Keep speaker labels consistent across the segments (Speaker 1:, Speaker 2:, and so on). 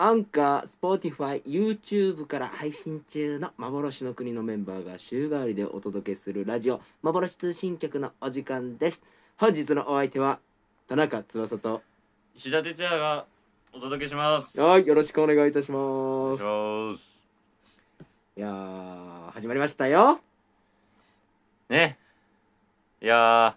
Speaker 1: アンカー、スポーティファイ、YouTube から配信中の幻の国のメンバーが週替わりでお届けするラジオ、幻通信局のお時間です。本日のお相手は、田中翼と、
Speaker 2: 石田哲也がお届けします。
Speaker 1: はい、よろしくお願いいたし
Speaker 2: お
Speaker 1: ま
Speaker 2: 願い
Speaker 1: す。
Speaker 2: します
Speaker 1: いやー、始まりましたよ。
Speaker 2: ね。いや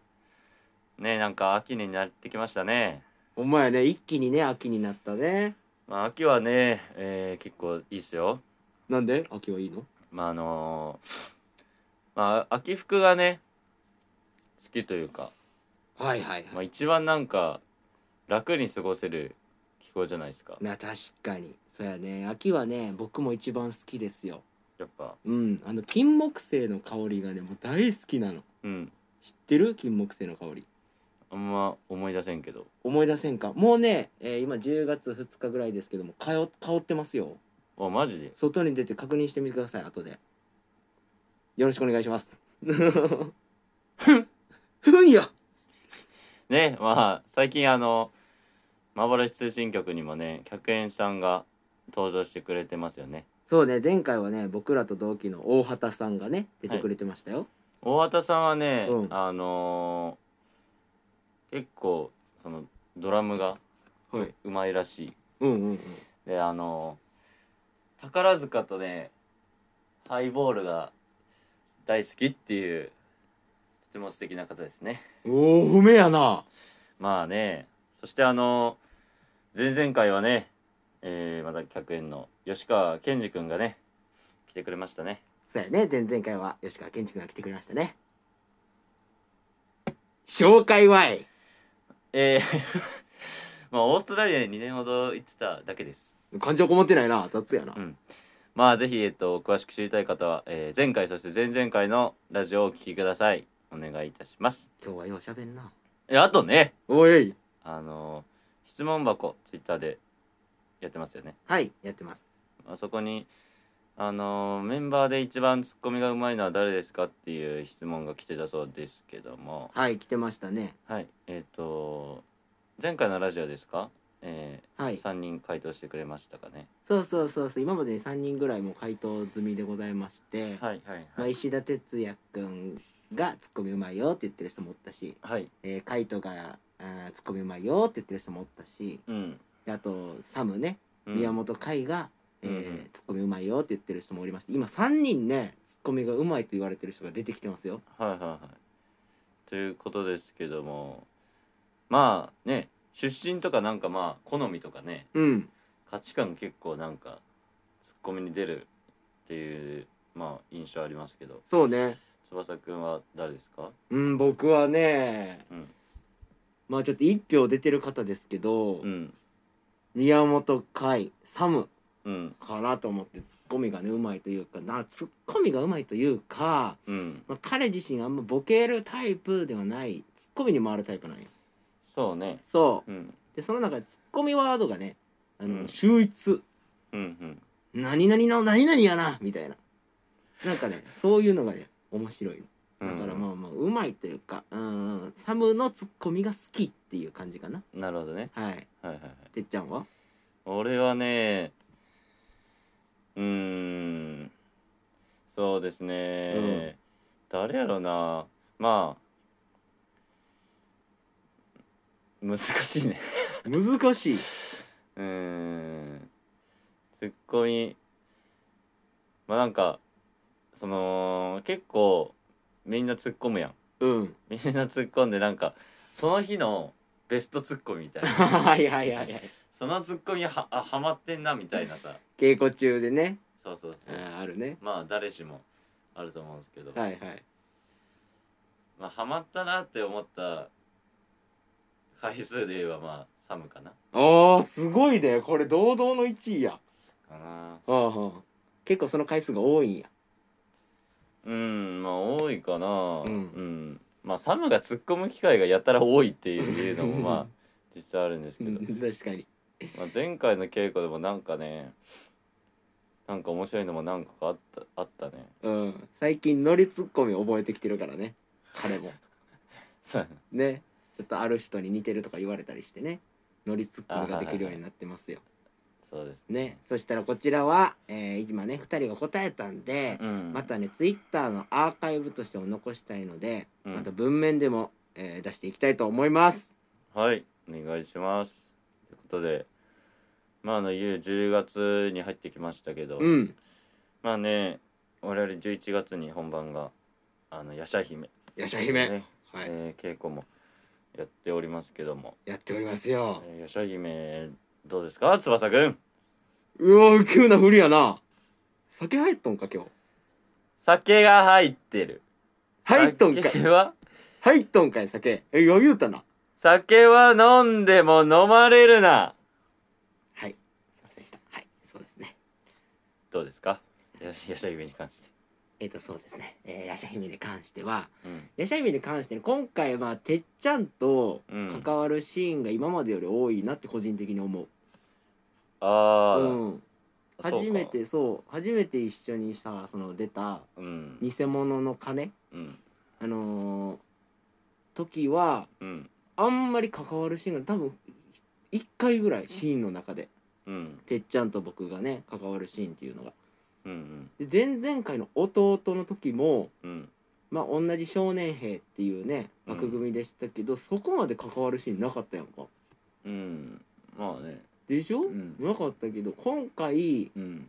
Speaker 2: ー、ね、なんか秋になってきましたね。
Speaker 1: お前ね、一気にね、秋になったね。
Speaker 2: まあ秋はね、えー結構いいっすよ。
Speaker 1: なんで秋はいいの
Speaker 2: まああのーまあ秋服がね、好きというか、
Speaker 1: はいはい
Speaker 2: ま
Speaker 1: は
Speaker 2: あ
Speaker 1: い。
Speaker 2: 一番なんか楽に過ごせる気候じゃないですか。
Speaker 1: な、確かに。そうやね、秋はね、僕も一番好きですよ。
Speaker 2: やっぱ、
Speaker 1: うん、あの、金木犀の香りがね、もう大好きなの。
Speaker 2: うん。
Speaker 1: 知ってる金木犀の香り。
Speaker 2: あんま思い出せんけど。
Speaker 1: 思い出せんかもうね、えー今10月2日ぐらいですけども香香ってますよ
Speaker 2: あ、マジで
Speaker 1: 外に出て確認してみてください後でよろしくお願いしますふんや
Speaker 2: ねまあ最近あの幻通信局にもね100円さんが登場してくれてますよね
Speaker 1: そうね前回はね僕らと同期の大畑さんがね出てくれてましたよ、
Speaker 2: 大畑さんはね、
Speaker 1: うん
Speaker 2: あのー結構そのドラムが
Speaker 1: はい、
Speaker 2: うまいらしい、
Speaker 1: うんうんうん
Speaker 2: であのー宝塚とねハイボールが大好きっていうとても素敵な方ですね
Speaker 1: おお褒めやな
Speaker 2: まあねそしてあの前々回はね、えーまた客演の吉川健二君がね来てくれましたね
Speaker 1: そうやね前々回は吉川健二君が来てくれましたね紹介わい
Speaker 2: えー まあオーストラリアに2年ほど行ってただけです
Speaker 1: 感情こもってないな雑やな、
Speaker 2: うんまあぜひ、えっと、詳しく知りたい方は、えー前回そして前々回のラジオをお聞きくださいお願いいたします
Speaker 1: 今日はようしゃべんな
Speaker 2: えあとね
Speaker 1: おい
Speaker 2: あの質問箱ツイッターでやってますよね
Speaker 1: はいやってます
Speaker 2: あそこに、あのーメンバーで一番ツッコミがうまいのは誰ですかっていう質問が来てたそうですけども、
Speaker 1: はい来てましたね
Speaker 2: はい、えっ、と、前回のラジオですか、え
Speaker 1: は
Speaker 2: ー
Speaker 1: い
Speaker 2: 3人回答してくれましたかね。
Speaker 1: そうそうそうそう今までに3人ぐらいもう回答済みでございまして、
Speaker 2: はいはい
Speaker 1: まあ、
Speaker 2: はい。
Speaker 1: 石田哲也くんが「ツッコミうまいよ」って言ってる人もおったし、
Speaker 2: はい、
Speaker 1: えー、カイトがあー「ツッコミうまいよ」って言ってる人もおったし
Speaker 2: うん。
Speaker 1: であとサムね
Speaker 2: うん
Speaker 1: 宮本海が「えー
Speaker 2: うんうん
Speaker 1: ツッコミうまいよ」って言ってる人もおりまして今3人ねツッコミがうまいと言われてる人が出てきてますよ
Speaker 2: はいはいはい。ということですけども、まあね、出身とかなんかまあ、好みとかね、
Speaker 1: うん
Speaker 2: 価値観結構なんか、ツッコミに出るっていう、まあ、印象ありますけど。
Speaker 1: そうね
Speaker 2: 翼くんは誰ですか？
Speaker 1: うん僕はね
Speaker 2: うん
Speaker 1: まあちょっと1票出てる方ですけど、
Speaker 2: うん
Speaker 1: 宮本海サム
Speaker 2: うん
Speaker 1: かなと思ってツッコミがねうまいというかなツッコミがうまいというか、
Speaker 2: うん。
Speaker 1: まあ、彼自身があんまボケるタイプではないツッコミに回るタイプなんよ
Speaker 2: そうね。
Speaker 1: そ
Speaker 2: うん
Speaker 1: うでその中でツッコミワードがねあの、
Speaker 2: うん
Speaker 1: 秀逸
Speaker 2: うん
Speaker 1: 何々の何々やなみたいななんかねそういうのがね面白い
Speaker 2: うん。
Speaker 1: だからまあまあうまいというかうんサムのツッコミが好きっていう感じかな
Speaker 2: なるほどね。
Speaker 1: はい
Speaker 2: はいはいはい。
Speaker 1: てっちゃんは
Speaker 2: 俺はね、うーん、そうですね。誰やろな。まあ。難しいね。
Speaker 1: 難しいう
Speaker 2: ーん。ツッコミ。まあなんか、その、結構、みんな突っ込むやん。
Speaker 1: うん
Speaker 2: みん な突っ込んでなんかその日のベスト突っ込みみたいな
Speaker 1: はいはいはいはい
Speaker 2: そのツッコミはあハマってんなみたいなさ
Speaker 1: 稽古中でね
Speaker 2: そうそう
Speaker 1: あ
Speaker 2: そう
Speaker 1: ーあるね
Speaker 2: まあ誰しもあると思うんですけど、
Speaker 1: はいはい
Speaker 2: まあハマったなって思った回数で言えばまあサムかな
Speaker 1: ああすごいねこれ堂々の1位や
Speaker 2: かな
Speaker 1: はあはあ結構その回数が多いんや
Speaker 2: うんまあ多いかなうんまあサムが突っ込む機会がやたら多いっていうのも まあ実際あるんですけ
Speaker 1: う
Speaker 2: ど
Speaker 1: ん、 確かに
Speaker 2: まあ、前回の稽古でもなんかねなんか面白いのも何個かあったあったね
Speaker 1: うん最近ノリツッコミ覚えてきてるからね彼も
Speaker 2: そう
Speaker 1: ねちょっとある人に似てるとか言われたりしてねノリツッコミができるようになってますよ
Speaker 2: そうです
Speaker 1: ねそしたらこちらは、えー今ね2人が答えたんで、
Speaker 2: うん
Speaker 1: またねツイッターのアーカイブとしても残したいので、
Speaker 2: うん
Speaker 1: また文面でも、えー出していきたいと思います
Speaker 2: はいお願いしますということでまああのゆう10月に入ってきましたけど、
Speaker 1: うん
Speaker 2: まあね我々11月に本番があの「やしゃ姫」
Speaker 1: やしゃ姫、
Speaker 2: ね
Speaker 1: はい、
Speaker 2: えー稽古もやっておりますけども
Speaker 1: やっておりますよ
Speaker 2: 「えー、やしゃ姫」どうですか翼くん
Speaker 1: うわ急な振りやな酒入っとんか今日
Speaker 2: 酒が入ってる
Speaker 1: 入っとんかい
Speaker 2: 酒は
Speaker 1: 入っとんかい酒え余裕たな
Speaker 2: 酒は飲んでも飲まれるな
Speaker 1: はいすいませんでしたはいそうですね
Speaker 2: どうですかややしゃ姫に関して、
Speaker 1: えっ、とそうですね、えー、やしゃ姫に関しては
Speaker 2: うん
Speaker 1: やしゃ姫に関してね今回はてっちゃんと
Speaker 2: うん、
Speaker 1: 関わるシーンが今までより多いなって個人的に思う、
Speaker 2: ああ、
Speaker 1: うん、
Speaker 2: そうか
Speaker 1: 初めてそう初めて一緒にさその出た
Speaker 2: うん
Speaker 1: 偽物の金
Speaker 2: うん
Speaker 1: あのー時は
Speaker 2: うん
Speaker 1: あんまり関わるシーンが多分1回ぐらいシーンの中で
Speaker 2: うん
Speaker 1: てっちゃんと僕がね関わるシーンっていうのが
Speaker 2: うんうん
Speaker 1: で前々回の弟の時も
Speaker 2: うん
Speaker 1: まあ同じ少年兵っていうね
Speaker 2: うん
Speaker 1: 枠組みでしたけど、そこまで関わるシーンなかったやんか
Speaker 2: うんまあね
Speaker 1: でしょ、
Speaker 2: うん
Speaker 1: なかったけど今回
Speaker 2: うん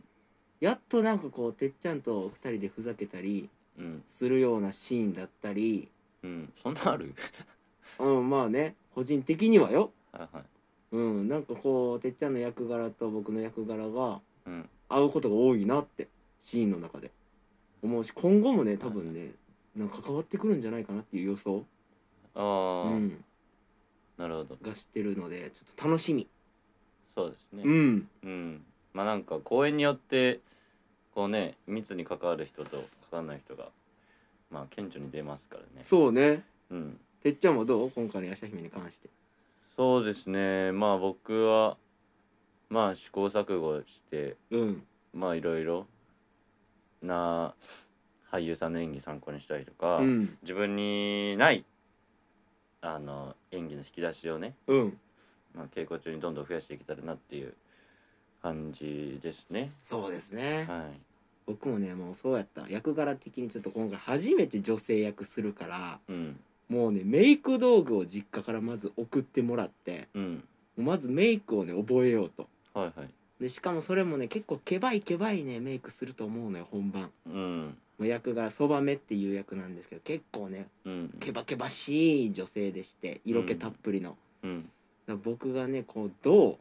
Speaker 1: やっとなんかこうてっちゃんと2人でふざけたり
Speaker 2: うん
Speaker 1: するようなシーンだったり
Speaker 2: うんそんなある
Speaker 1: うんまあね個人的にはよ
Speaker 2: はいはい
Speaker 1: うんなんかこうてっちゃんの役柄と僕の役柄が
Speaker 2: うん
Speaker 1: 合うことが多いなってシーンの中で思うし今後もね多分ねなんか関わってくるんじゃないかなっていう予想、
Speaker 2: あ
Speaker 1: う
Speaker 2: あ、
Speaker 1: ん、
Speaker 2: なるほど
Speaker 1: がしてるのでちょっと楽しみ
Speaker 2: そうですね
Speaker 1: うん
Speaker 2: うんまあなんか公演によってこうね密に関わる人と関わらない人がまあ顕著に出ますからね
Speaker 1: そうね
Speaker 2: うん
Speaker 1: てっちゃんはどう今回のヤシャ姫に関して
Speaker 2: そうですねまあ僕はまあ試行錯誤して
Speaker 1: うん
Speaker 2: まあいろいろな俳優さんの演技参考にしたりとか、
Speaker 1: うん
Speaker 2: 自分にないあの演技の引き出しをね、
Speaker 1: うん
Speaker 2: まあ、稽古中にどんどん増やしていけたらなっていう感じですね。
Speaker 1: そうですね
Speaker 2: はい、
Speaker 1: 僕もねもうそうやった役柄的にちょっと今回初めて女性役するから
Speaker 2: うん
Speaker 1: もうねメイク道具を実家からまず送ってもらって
Speaker 2: うん
Speaker 1: まずメイクをね覚えようと
Speaker 2: はいはい
Speaker 1: でしかもそれもね結構けばいけばいねメイクすると思うのよ本番
Speaker 2: うん
Speaker 1: もう役がそばめっていう役なんですけど結構ね
Speaker 2: うん
Speaker 1: けばけばしい女性でして色気たっぷりの、
Speaker 2: うん
Speaker 1: だから僕がねこうど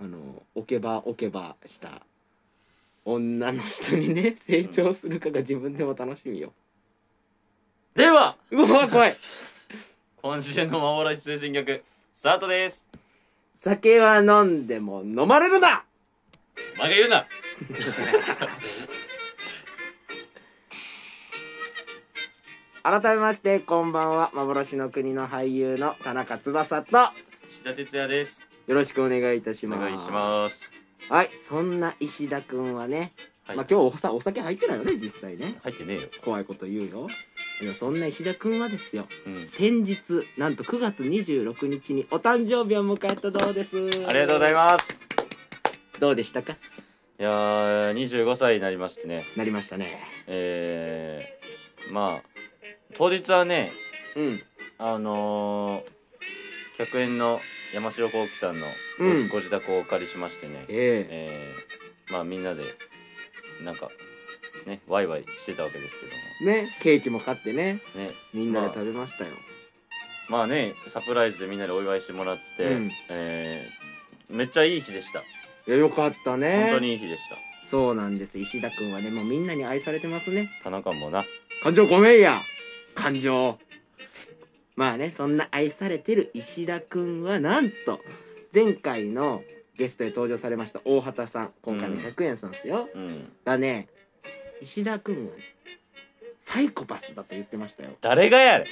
Speaker 1: うあの置けば置けばした女の人にね成長するかが自分でも楽しみよ、
Speaker 2: では
Speaker 1: うわ怖い
Speaker 2: 今週の幻通信曲スタートです
Speaker 1: 酒は飲んでも飲まれるな
Speaker 2: お前が言うな
Speaker 1: 改めましてこんばんは幻の国の俳優の田中翼とよ
Speaker 2: 石田哲也です
Speaker 1: ろしくお願いいたし
Speaker 2: お
Speaker 1: ます
Speaker 2: 願いします
Speaker 1: はいそんな石田くんはね、
Speaker 2: はい、
Speaker 1: まあ今日おさお酒入ってないよね実際ね
Speaker 2: 入ってねえよ、
Speaker 1: 怖いこと言うよでもそんな石田くんはですよ
Speaker 2: うん、
Speaker 1: 先日なんと9月26日にお誕生日を迎えたどうです
Speaker 2: ありがとうございます
Speaker 1: すどうでしたか
Speaker 2: いやー25歳になりましてね
Speaker 1: なりましたね
Speaker 2: えー、まあ当日はね
Speaker 1: うん
Speaker 2: あのー、100円の山城幸喜さんのご,、
Speaker 1: うん
Speaker 2: ご自宅をお借りしましてね
Speaker 1: ええ
Speaker 2: えー、まあみんなでなんかねワイワイしてたわけですけど
Speaker 1: ねケーキも買ってね
Speaker 2: もね
Speaker 1: みんなで食べましたよ、
Speaker 2: まあねサプライズでみんなでお祝いしてもらって、
Speaker 1: うん
Speaker 2: えめっちゃいい日でした。
Speaker 1: いやよかったね
Speaker 2: 本当にいい日でした。
Speaker 1: そうなんです石田くんはねもうみんなに愛されてますね
Speaker 2: 田中もな。
Speaker 1: 感情ごめんや感情まあねそんな愛されてる石田くんはなんと前回のゲストで登場されました大畑さん今回の100円さんですよ、
Speaker 2: うん。
Speaker 1: がね石田くんはねサイコパスだと言ってましたよ
Speaker 2: 誰がやれ。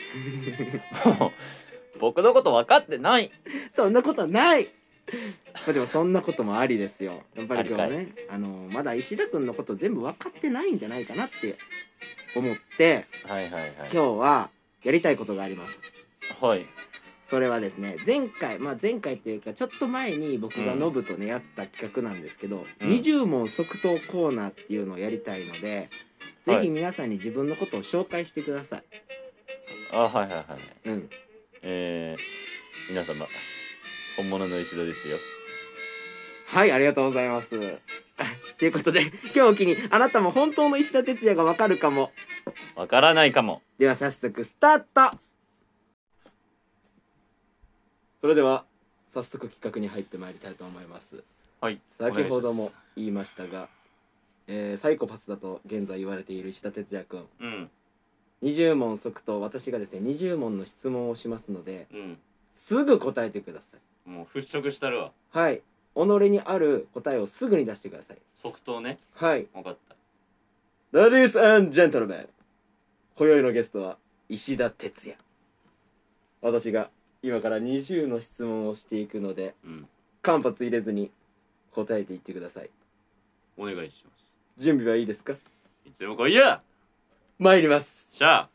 Speaker 2: もう僕のこと分かってない。
Speaker 1: そんなことないまあでもそんなこともありですよやっぱり今日
Speaker 2: あ
Speaker 1: ねあのまだ石田くんのこと全部分かってないんじゃないかなって思って
Speaker 2: はいはいはい。
Speaker 1: 今日はやりたいことがあります
Speaker 2: はい。
Speaker 1: それはですね前回まあ前回というかちょっと前に僕が
Speaker 2: うん
Speaker 1: ノブとね、やった企画なんですけど、
Speaker 2: うん
Speaker 1: 20問即答コーナーっていうのをやりたいので、ぜ
Speaker 2: は
Speaker 1: ひ
Speaker 2: い
Speaker 1: 皆さんに自分のことを紹介してください、
Speaker 2: あはいはいはいはい。
Speaker 1: うん
Speaker 2: えー、皆様本物の石戸ですよ。
Speaker 1: はいありがとうございますということで今日を機にあなたも本当の石田哲也がわかるかも
Speaker 2: 分からないかも。
Speaker 1: では早速スタートそれでは早速企画に入ってまいりたいと思います
Speaker 2: はい。
Speaker 1: 先ほども
Speaker 2: お願いし
Speaker 1: 言いましたが、えーサイコパスだと現在言われている石田哲也君
Speaker 2: ます。
Speaker 1: 20問即答私がですね20問の質問をしますので
Speaker 2: うん
Speaker 1: すぐ答えてくださ
Speaker 2: うん。もう払拭したるわ。
Speaker 1: いはい己にある答えをすぐに出してください
Speaker 2: 即答ね。
Speaker 1: はい
Speaker 2: 分かった。
Speaker 1: レディースジェントルメン今宵のゲストは石田哲也私が今から20の質問をしていくので
Speaker 2: うん。
Speaker 1: 間髪入れずに答えていってください
Speaker 2: お願いします。
Speaker 1: 準備はいいですか
Speaker 2: いつでも来いや。
Speaker 1: 参ります
Speaker 2: しゃあ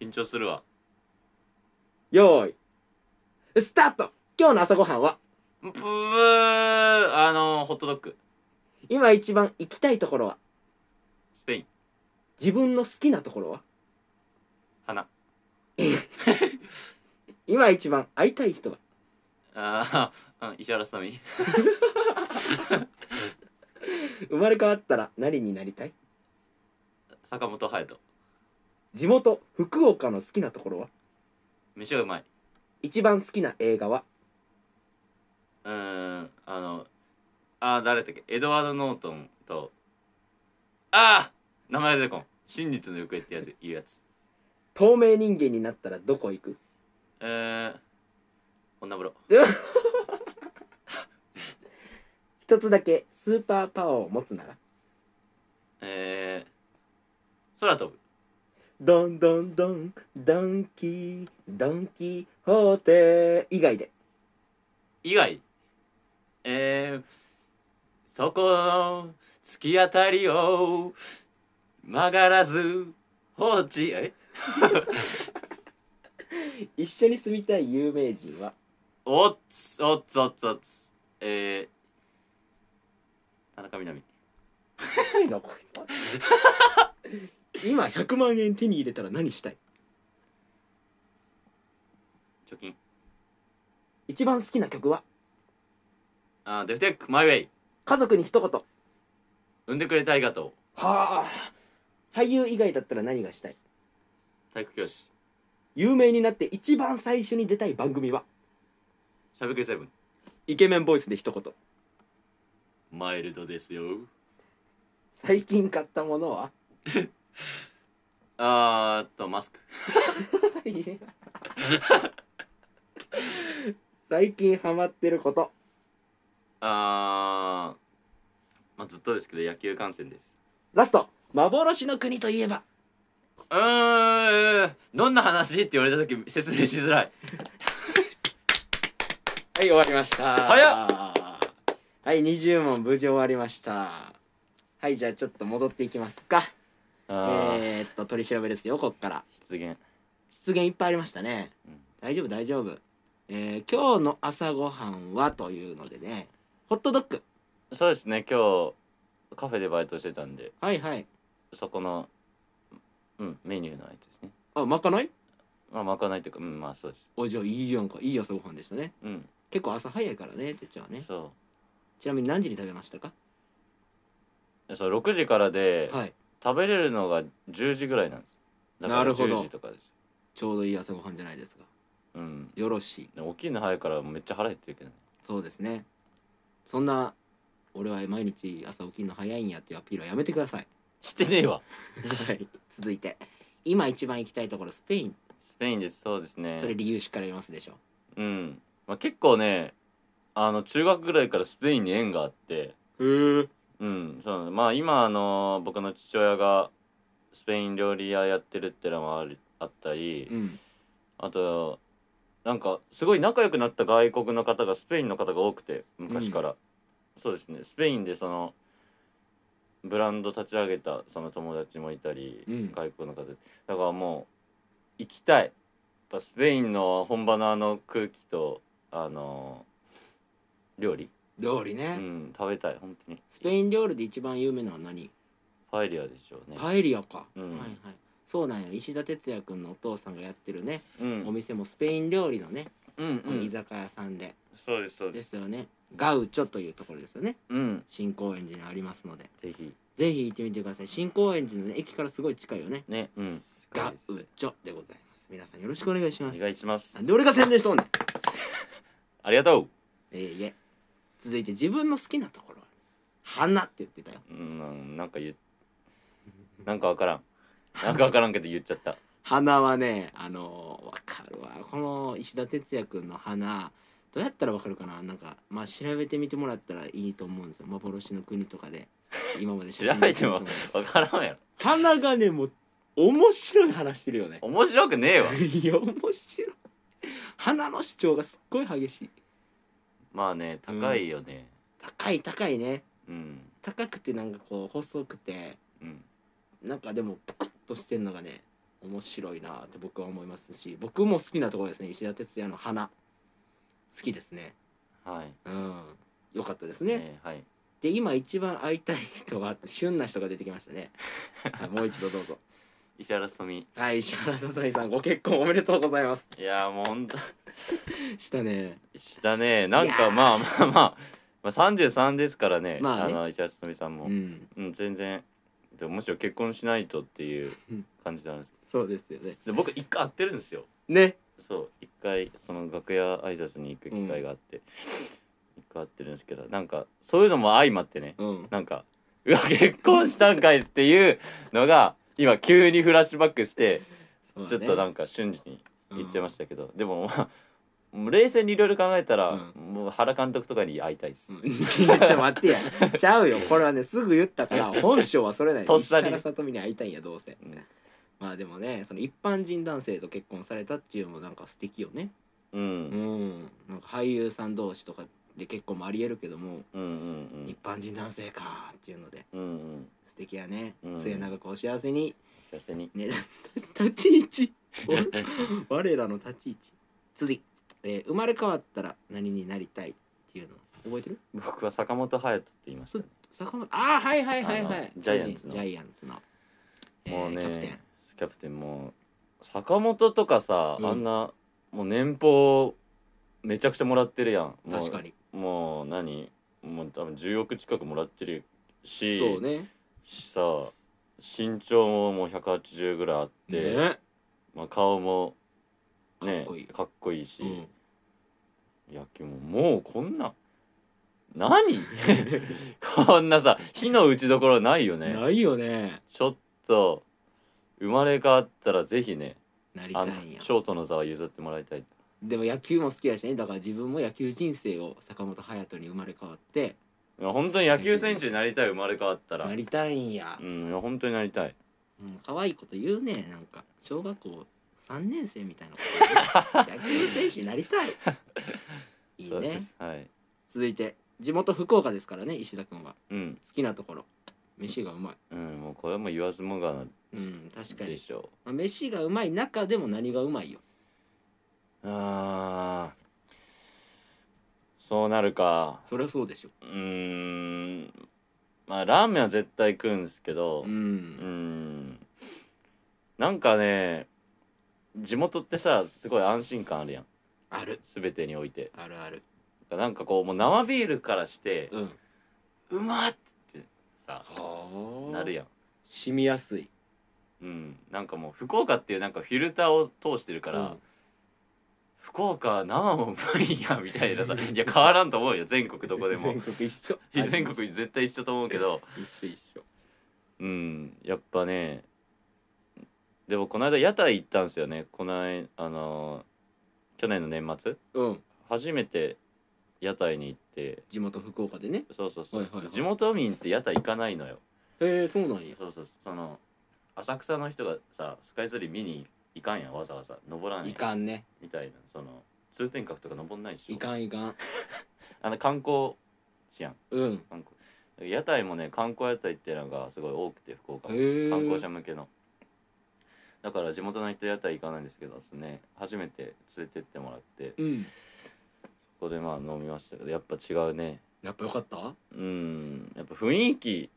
Speaker 2: 緊張するわ。
Speaker 1: よーいスタート今日の朝ごはんは
Speaker 2: ブーあのホットドッグ
Speaker 1: 今一番行きたいところは
Speaker 2: スペイン
Speaker 1: 自分の好きなところは
Speaker 2: 花
Speaker 1: 今一番会いたい人は
Speaker 2: ああ石原さとみ
Speaker 1: 生まれ変わったら何になりたい
Speaker 2: 坂本勇人
Speaker 1: 地元福岡の好きなところは
Speaker 2: 飯がうまい
Speaker 1: 一番好きな映画は
Speaker 2: うーんあのあー誰だっけエドワード・ノートンとああ名前出てこん真実の行方ってやついうやつ
Speaker 1: 透明人間になったらどこ行く
Speaker 2: うーん女風呂
Speaker 1: 一つだけスーパーパワーを持つなら
Speaker 2: えー、空飛ぶ
Speaker 1: ドンドンドンドンキードンキホーテ以外で
Speaker 2: 以外えー、そこの突き当たりを曲がらず放置え
Speaker 1: 一緒に住みたい有名人は
Speaker 2: おっつおっつおっつおっつえー、田中みな 実
Speaker 1: 高いなこいつ今100万円手に入れたら何したい
Speaker 2: 貯金
Speaker 1: 一番好きな曲は
Speaker 2: あーデフテックマイウェイ
Speaker 1: 家族に一言は
Speaker 2: 産んでくれてありがと
Speaker 1: あ俳優以外だったら何がしたいう
Speaker 2: 体育教師
Speaker 1: 有名になって一番最初に出たい番組は
Speaker 2: しゃべくりセブン
Speaker 1: イケメンボイスで一言
Speaker 2: マイルドですよ
Speaker 1: 最近買ったものは
Speaker 2: あーっとマスク
Speaker 1: 最近ハマってること
Speaker 2: あー、まあ、ずっとですけど野球観戦です
Speaker 1: ラスト幻の国といえば
Speaker 2: うーんどんな話って言われた時説明しづらい
Speaker 1: はい終わりました
Speaker 2: 早
Speaker 1: はい20問無事終わりましたはいじゃあちょっと戻っていきますか
Speaker 2: えー、
Speaker 1: えー、っと取り調べですよこっから
Speaker 2: 失言
Speaker 1: 失言いっぱいありましたね、
Speaker 2: うん
Speaker 1: 大丈夫大丈夫えー、今日の朝ごはんはというのでねホットドッグ
Speaker 2: そうですね今日カフェでバイトしてたんで
Speaker 1: はいはい
Speaker 2: そこのうんメニューのやつですね
Speaker 1: あまかない
Speaker 2: まあまかないというかうんまあそうです
Speaker 1: おじゃあいいやんかいい朝ごはんでしたね
Speaker 2: うん
Speaker 1: 結構朝早いからねてっちゃんはね
Speaker 2: そ
Speaker 1: ちなみに何時に食べましたか
Speaker 2: うでそう6時からで、
Speaker 1: はい
Speaker 2: 食べれるのが10時ぐらいなんですだか
Speaker 1: な
Speaker 2: ら
Speaker 1: るほど
Speaker 2: 10時とかです
Speaker 1: ちょうどいい朝ごはんじゃないですか
Speaker 2: うん
Speaker 1: よろしい
Speaker 2: で起きるの早いからめっちゃ腹減ってるけどね
Speaker 1: そうですねそんな俺は毎日朝起きるの早いんやっていうアピールはやめてく ださい
Speaker 2: してねえわ
Speaker 1: はい続いて今一番行きたいところスペイン
Speaker 2: スペインですそうですね
Speaker 1: それ理由しっかりありますでしょ
Speaker 2: うん、まあ、結構ねあの中学ぐらいからスペインに縁があって
Speaker 1: へえ
Speaker 2: うんそうなんですまあ今あの僕の父親がスペイン料理屋やってるってのもあるあったり、
Speaker 1: うん
Speaker 2: あとなんかすごい仲良くなった外国の方がスペインの方が多くて昔から、そうですねスペインでそのブランド立ち上げたその友達もいたり、
Speaker 1: うん
Speaker 2: 外国の方でだからもう行きたいやっぱスペインの本場のあの空気とあの料理、
Speaker 1: 料理
Speaker 2: う
Speaker 1: ね、
Speaker 2: ん、食べたい本当に
Speaker 1: スペイン料理で一番有名なのは何
Speaker 2: パエリアでしょうね、
Speaker 1: パエリアか、
Speaker 2: うん
Speaker 1: はいはいそうなんや石田哲也君のお父さんがやってるね、
Speaker 2: うん、
Speaker 1: お店もスペイン料理のね、
Speaker 2: うんうん
Speaker 1: 居酒屋さんで
Speaker 2: そうですそうで
Speaker 1: ですすよねガウチョというところですよね
Speaker 2: うん
Speaker 1: 新高円寺にありますので
Speaker 2: ぜひ
Speaker 1: ぜひ行ってみてください新高円寺の、ね、駅からすごい近いよね
Speaker 2: ねうん
Speaker 1: ガウチョでございます皆さんよろしくお願いしま
Speaker 2: お
Speaker 1: す
Speaker 2: 願いします
Speaker 1: なんで俺が宣伝しとんねん
Speaker 2: ありがとう
Speaker 1: えいえ続いて自分の好きなところ花って言ってたよ
Speaker 2: うん、なんか言っなんかわからん。なんかわからんけど言っちゃった。
Speaker 1: 花はねあのわかるわこの石田哲也君の花どうやったらわかるかななんかまあ調べてみてもらったらいいと思うんですよ幻の国とかで今まで写真
Speaker 2: 調べても
Speaker 1: 見た
Speaker 2: わからんやろ。
Speaker 1: 花がねもう面白い話してるよね
Speaker 2: 面白くねえわ。
Speaker 1: いや面白い花の主張がすっごい激しい
Speaker 2: まあね、高いよね。
Speaker 1: 高い高いね
Speaker 2: うん。
Speaker 1: 高くてなんかこう細くて
Speaker 2: うん。
Speaker 1: なんかでもぷくっとしてんのがね面白いなって僕は思いますし僕も好きなところですね石田哲也の花好きですね
Speaker 2: はい。
Speaker 1: うんよかったです
Speaker 2: え
Speaker 1: ね
Speaker 2: ーはい。
Speaker 1: で今一番会いたい人は旬な人が出てきましたねはいもう一度どうぞ
Speaker 2: 石原さとみ。
Speaker 1: はい石原さとみさんご結婚おめでとうございます
Speaker 2: いやーもうほんと、
Speaker 1: したね
Speaker 2: したね。なん
Speaker 1: いや
Speaker 2: か
Speaker 1: ー
Speaker 2: まあまあまあ、まあ33ですからね。
Speaker 1: まあね
Speaker 2: の、石原さとみさんも。
Speaker 1: う
Speaker 2: うん、
Speaker 1: ん
Speaker 2: 全然。でもむしろ結婚しないとって いう
Speaker 1: うん
Speaker 2: 感じなんです
Speaker 1: そうですよね
Speaker 2: けど。で、僕一回会ってるんですよ。
Speaker 1: ね
Speaker 2: そう一回その楽屋挨拶に行く機会があって、一回会ってるんですけどなんかそういうのも相まってね
Speaker 1: うん、
Speaker 2: なんかうわ結婚したんかいっていうのが今急にフラッシュバックして、ちょっとなんか瞬時に言っちゃいましたたけど、でもまあもう冷静にいろいろ考えたら、
Speaker 1: う
Speaker 2: もう原監督とかに会いたいです、
Speaker 1: うん いやちょっと待ってやちゃうよこれはねすぐ言ったから本性はそれない
Speaker 2: とっ
Speaker 1: 石
Speaker 2: さに
Speaker 1: 原さとみに会いたいんやどうせ
Speaker 2: うん
Speaker 1: まあでもねその一般人男性と結婚されたっていうのもなんか素敵よね
Speaker 2: うん、
Speaker 1: う
Speaker 2: うん
Speaker 1: んなんか俳優さん同士とかで結婚もありえるけども
Speaker 2: うん
Speaker 1: 一般人男性かっていうので
Speaker 2: うんうんうん
Speaker 1: 素敵やね、
Speaker 2: うん
Speaker 1: 末永くお幸せに
Speaker 2: 幸せに
Speaker 1: ね 立ち位 置お我らの立ち位置次、えー生まれ変わったら何になりたいっていうの覚えてる
Speaker 2: 僕は坂本勇人って言いました、ね、
Speaker 1: 坂本ああはいはいはいはい
Speaker 2: あのジャイアンツの
Speaker 1: ジャイアンツの、えー
Speaker 2: もうね
Speaker 1: キャプテン
Speaker 2: キャプテンもう坂本とかさ、
Speaker 1: うん
Speaker 2: あんなもう年俸めちゃくちゃもらってるやんもう
Speaker 1: 確かに
Speaker 2: もう何もう多分10億近くもらってるし
Speaker 1: そうね
Speaker 2: しさ身長ももう180ぐらいあって、
Speaker 1: ね
Speaker 2: まあ、顔もね
Speaker 1: かっこいい
Speaker 2: かっこいいし、
Speaker 1: うん
Speaker 2: 野球ももうこんな何 こんなさ火の打ちどころないよね
Speaker 1: ないよね
Speaker 2: ちょっと生まれ変わったらぜひね
Speaker 1: なりた
Speaker 2: あ
Speaker 1: い
Speaker 2: の
Speaker 1: んや
Speaker 2: ショートの座を譲ってもらいたい
Speaker 1: でも野球も好きやしねだから自分も野球人生を坂本勇人に生まれ変わって
Speaker 2: いや本当に野球選手になりたい生まれ変わったら
Speaker 1: なりたいんや
Speaker 2: う、んいや本当になりたい
Speaker 1: うん、可愛いこと言うねなんか小学校3年生みたいな こと言うね野球選手になりたいいい
Speaker 2: そうで
Speaker 1: ね
Speaker 2: すはい
Speaker 1: 続いて地元福岡ですからね石田君は
Speaker 2: うん
Speaker 1: 好きなところ飯がうまい
Speaker 2: うんもうこれはもう言わずもが
Speaker 1: うん確か
Speaker 2: なで
Speaker 1: に、
Speaker 2: しょ
Speaker 1: まあ、飯がうまい中でも何がうまいよ
Speaker 2: うあーそうなるか
Speaker 1: そりゃそうでしょ
Speaker 2: うーんまあラーメンは絶対食うんですけど
Speaker 1: う
Speaker 2: うん
Speaker 1: ん
Speaker 2: んなんかね地元ってさすごい安心感あるやん
Speaker 1: ある
Speaker 2: 全てにおいて
Speaker 1: あるある
Speaker 2: なんかこうもう生ビールからして
Speaker 1: うん
Speaker 2: うまっってさ
Speaker 1: は
Speaker 2: なるやん
Speaker 1: 染みやすい
Speaker 2: うん、なんかもう福岡っていうなんかフィルターを通してるから、
Speaker 1: うん
Speaker 2: 福岡生もうまいやみたいな さいや変わらんと思うよ全国どこでも
Speaker 1: 全国一緒
Speaker 2: いや全国絶対一緒と思うけど
Speaker 1: 一緒一緒
Speaker 2: うんやっぱねでもこの間屋台行ったんですよねこの間あのー去年の年末
Speaker 1: うん
Speaker 2: 初めて屋台に行って
Speaker 1: 地元福岡でね
Speaker 2: そうそうそう、
Speaker 1: はいはいはい
Speaker 2: 地元民って屋台行かないのよ
Speaker 1: へえそうなんや
Speaker 2: そうそうその浅草の人がさスカイツリー見に行かんやんわざわざ登らんやん
Speaker 1: いかんね
Speaker 2: みたいなその通天閣とか登んないでしょ
Speaker 1: いかんいかん
Speaker 2: あの観光地やん
Speaker 1: うん
Speaker 2: 観光屋台もね観光屋台っていうのがすごい多くて福岡
Speaker 1: へえ
Speaker 2: 観光者向けのだから地元の人屋台行かないんですけどですね初めて連れてってもらって
Speaker 1: うん
Speaker 2: ここでまあ飲みましたけどやっぱ違うね
Speaker 1: やっぱよかった
Speaker 2: うんやっぱ雰囲気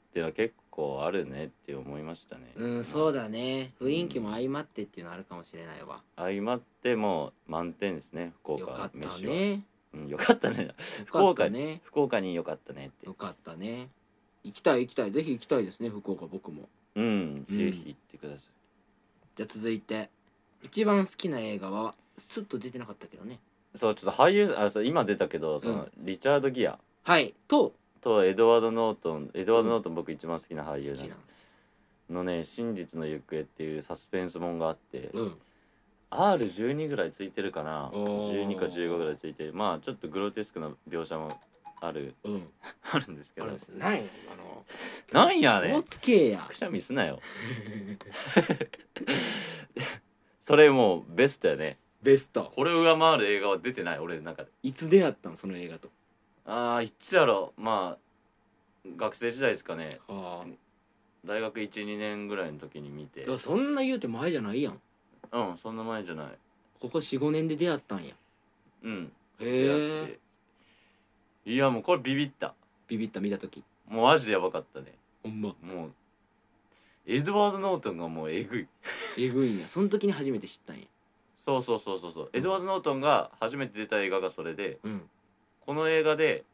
Speaker 2: っていうのは結構あるねって思いましたね
Speaker 1: うんそうだね雰囲気も相まってっていうのあるかもしれないわ
Speaker 2: 相まってもう満点ですね福
Speaker 1: よか
Speaker 2: 岡
Speaker 1: った
Speaker 2: 飯は
Speaker 1: ね
Speaker 2: うんよかったね
Speaker 1: よ
Speaker 2: 福
Speaker 1: かっ
Speaker 2: 岡
Speaker 1: たね
Speaker 2: 福岡によかったねって
Speaker 1: よかったね行きたい行きたいぜひ行きたいですね福岡僕も
Speaker 2: うん
Speaker 1: うん
Speaker 2: ぜひ行ってください
Speaker 1: じゃあ続いて一番好きな映画はスッと出てなかったけどね
Speaker 2: そうちょっと俳優あそう今出たけどその、リチャード・ギア
Speaker 1: はいと
Speaker 2: とエドワード・ノートンエドワード・ノートン、僕一番好きな俳
Speaker 1: 好き
Speaker 2: 優な
Speaker 1: な
Speaker 2: ん
Speaker 1: ん
Speaker 2: です
Speaker 1: です
Speaker 2: のね「真実の行方」っていうサスペンスもんがあって、
Speaker 1: うん
Speaker 2: R12 ぐらいついてるかな
Speaker 1: おー
Speaker 2: 12か15ぐらいついてまあちょっとグロテスクな描写もある
Speaker 1: うん
Speaker 2: あるんですけ
Speaker 1: あれ
Speaker 2: ど
Speaker 1: ですないあの
Speaker 2: なんや
Speaker 1: 大
Speaker 2: ね
Speaker 1: つけや
Speaker 2: くしゃみすなよそれもうベストやね
Speaker 1: ベスト
Speaker 2: これを上回る映画は出てない俺の中で
Speaker 1: いつ出会ったのその映画と
Speaker 2: ああいつやろまあ学生時代ですかね
Speaker 1: あ
Speaker 2: 大学12年ぐらいの時に見て
Speaker 1: あそんな言うて前じゃないやん
Speaker 2: うんそんな前じゃない
Speaker 1: ここ45年で出会ったんや
Speaker 2: うん出会っ
Speaker 1: へえ
Speaker 2: ていやもうこれビビった
Speaker 1: ビビった見た時
Speaker 2: もうマジでやばかったね
Speaker 1: ほんま
Speaker 2: もうエドワード・ノートンがもうえぐい
Speaker 1: えぐいんやその時に初めて知ったんや
Speaker 2: そうそうそうそうそうエドワード・ノートンが初めて出た映画がそれで
Speaker 1: うん
Speaker 2: この映画で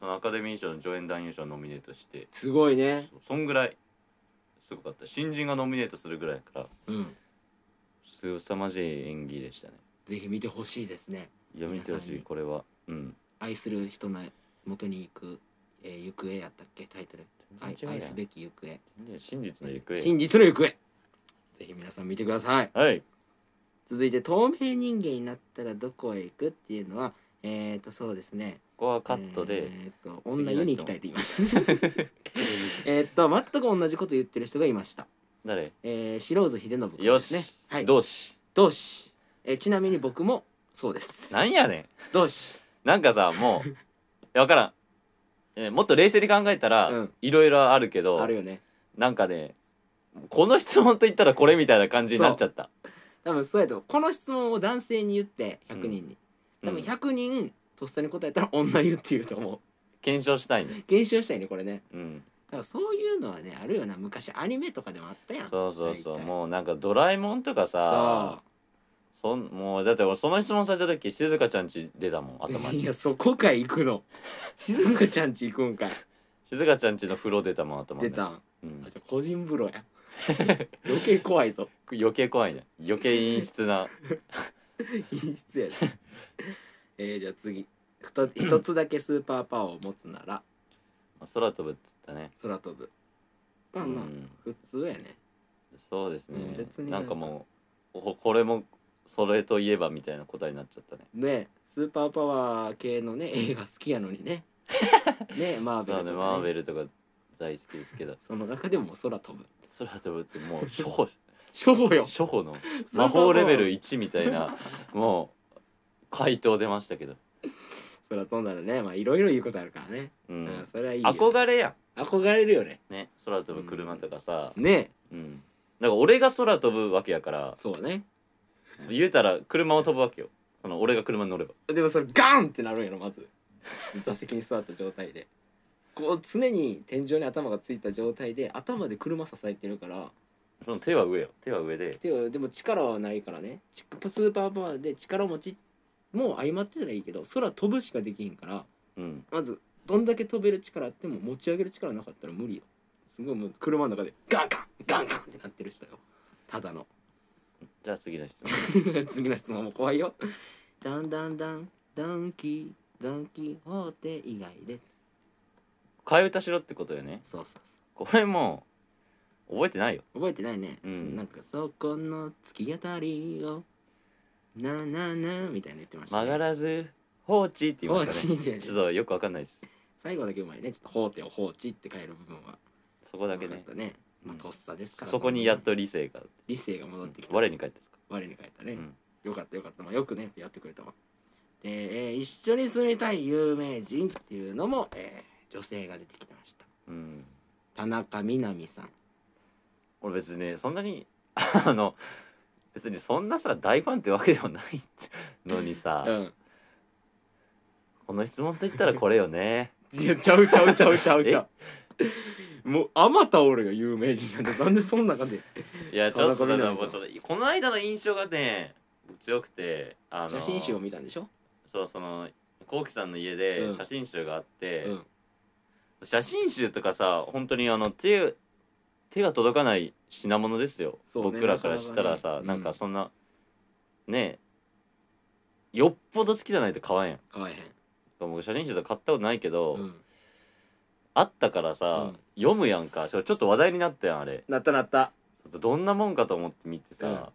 Speaker 2: そのアカデミー賞の助演男優賞をノミネートして
Speaker 1: すごいね
Speaker 2: そそんぐらいすごかった新人がノミネートするぐらいだから
Speaker 1: うん
Speaker 2: すさまじい演技でしたね
Speaker 1: ぜひ見てほしいですね
Speaker 2: いや見てほしいこれはうん
Speaker 1: 愛する人の元に行く、えー行方やったっけタイトル愛
Speaker 2: 全然違う
Speaker 1: 愛
Speaker 2: やん
Speaker 1: すべき行方
Speaker 2: 真実の行方
Speaker 1: 真実の行方ぜひ皆さん見てください
Speaker 2: はい
Speaker 1: 続いて透明人間になったらどこへ行くっていうのはえー、とそうですね
Speaker 2: ここはカットで、
Speaker 1: えー、と女湯に行きたいって言いました えーっと全く同じこと言ってる人がいました
Speaker 2: 誰
Speaker 1: えー、白津秀信君
Speaker 2: よ
Speaker 1: で
Speaker 2: し、
Speaker 1: すねはい
Speaker 2: 同志
Speaker 1: 同志、えーちなみに僕もそうです
Speaker 2: なんやねん
Speaker 1: 同志
Speaker 2: なんかさもう いや分からん、えーもっと冷静に考えたら
Speaker 1: うん
Speaker 2: いろいろあるけど
Speaker 1: あるよね
Speaker 2: なんかねこの質問と言ったらこれみたいな感じになっちゃった
Speaker 1: 多分そうやとこの質問を男性に言って100人に、多分
Speaker 2: うん
Speaker 1: 100人、とっさに答えたら女湯って言うと思
Speaker 2: 検証したいね
Speaker 1: う減少したいねこれね
Speaker 2: うん
Speaker 1: だからそういうのはねあるよな昔アニメとかでもあったやん
Speaker 2: そうそうそ
Speaker 1: 大
Speaker 2: う
Speaker 1: 体
Speaker 2: もうなんかドラえもんとかさそんもうだって俺その質問された時静香ちゃんち出たもん頭
Speaker 1: い
Speaker 2: に
Speaker 1: やそこかい行 くの静香ちゃんち行くんかい
Speaker 2: 静香ちゃんちの風呂出たもん頭に
Speaker 1: 出たん
Speaker 2: うん
Speaker 1: あ、じゃあ個人風呂や余計怖いぞ
Speaker 2: 余計怖いね余計陰湿 な
Speaker 1: 品質やねえー、じゃあ次ふ と一つだけスーパーパワーを持つなら
Speaker 2: 空飛ぶっつったね
Speaker 1: 空飛ぶ
Speaker 2: う
Speaker 1: まあまあ、
Speaker 2: ん
Speaker 1: 普通やね
Speaker 2: そうです
Speaker 1: うん
Speaker 2: ね
Speaker 1: 別に
Speaker 2: な
Speaker 1: なん
Speaker 2: ん
Speaker 1: か
Speaker 2: かもうおこれもそれといえばみたいな答えになっちゃったね
Speaker 1: ねスーパーパワー系のね映画好きやのに ねねマーベル
Speaker 2: なの
Speaker 1: と
Speaker 2: で
Speaker 1: か
Speaker 2: マー
Speaker 1: ね
Speaker 2: ベルとか大好きですけど
Speaker 1: その中でも空飛ぶ
Speaker 2: 空飛ぶってもう初歩
Speaker 1: そうよ
Speaker 2: 初歩 の魔法レベル1みたいなもう回答出ましたけど、
Speaker 1: 空飛んだらねまあいろいろ言うことあるからね、
Speaker 2: う
Speaker 1: うんん、それはいいよ
Speaker 2: 憧れや
Speaker 1: 憧れるよね
Speaker 2: んね空飛ぶ車とかさ、
Speaker 1: ね
Speaker 2: うん、だから俺が空飛ぶわけやから
Speaker 1: そうね
Speaker 2: 言うたら車を飛ぶわけよその俺が車に乗れば
Speaker 1: でもそれガーンってなるんやろまず座席に座った状態でこう常に天井に頭がついた状態で頭で車支えてるから
Speaker 2: その手は上よ手は上で
Speaker 1: 手をでも力はないからねちスーパーパワーで力持ちも相まってたらいいけど空飛ぶしかできへんから
Speaker 2: うん
Speaker 1: まずどんだけ飛べる力あっても持ち上げる力なかったら無理よすごいもう車の中でガンガンガンガンってなってる人よただの
Speaker 2: じゃあ次の質問
Speaker 1: 次の質問も怖いよだんだんだんドンキドンキホーテ以外で
Speaker 2: 替え歌しろってことよね
Speaker 1: そうそう
Speaker 2: これもう覚えてないよ
Speaker 1: 覚えてないね、
Speaker 2: うん
Speaker 1: なんか「そこの突き当たりをななな」みたいなの言ってました、
Speaker 2: 曲
Speaker 1: ね、
Speaker 2: がらず放置って言いました
Speaker 1: 放
Speaker 2: ね
Speaker 1: 置じゃない
Speaker 2: ちょっとよくわかんないです
Speaker 1: 最後だけうまいねちょっと「法廷を放置」って変える部分は
Speaker 2: そこだけ
Speaker 1: うま
Speaker 2: ね
Speaker 1: かったね、まあ、
Speaker 2: うん
Speaker 1: とっさですから
Speaker 2: そこにやっと理性が
Speaker 1: 理性が戻ってきた、
Speaker 2: 我に返ってですか
Speaker 1: 我に返ったね、
Speaker 2: うん
Speaker 1: よかったよかった、まあ、よくねやってくれたわで、えー一緒に住みたい有名人っていうのも、えー女性が出てきました
Speaker 2: うん
Speaker 1: 田中みな実さん
Speaker 2: 俺別にねそんなに あの別にそんなさ大ファンってわけでもないのにさ、
Speaker 1: うん
Speaker 2: この質問と言ったらこれよね
Speaker 1: いやちゃうちゃうちゃうちゃうちゃ うもうあまたおるよ有名人なんてなんでそんな感じ
Speaker 2: いやちょっと
Speaker 1: 田中み
Speaker 2: だ
Speaker 1: な
Speaker 2: か
Speaker 1: 実
Speaker 2: ら
Speaker 1: さん
Speaker 2: もうちょっとこの間の印象がね強くてあの
Speaker 1: 写真集を見たんでしょ、
Speaker 2: そうそのこうきさんの家
Speaker 1: う
Speaker 2: で
Speaker 1: ん
Speaker 2: 写真集があって、
Speaker 1: うん
Speaker 2: 写真集とかさ本当にあの手手が届かない品物ですよ、
Speaker 1: そうね
Speaker 2: 僕らからしたらさ
Speaker 1: なかなかね
Speaker 2: なんかそんな、ねえよっぽど好きじゃないと買わんやん
Speaker 1: かわいへん、
Speaker 2: 僕写真集とか買ったことないけど、
Speaker 1: うん、
Speaker 2: あったからさ、
Speaker 1: うん
Speaker 2: 読むやんかちょちょっと話題になったやんあれ
Speaker 1: なったなった
Speaker 2: どんなもんかと思って見てさ、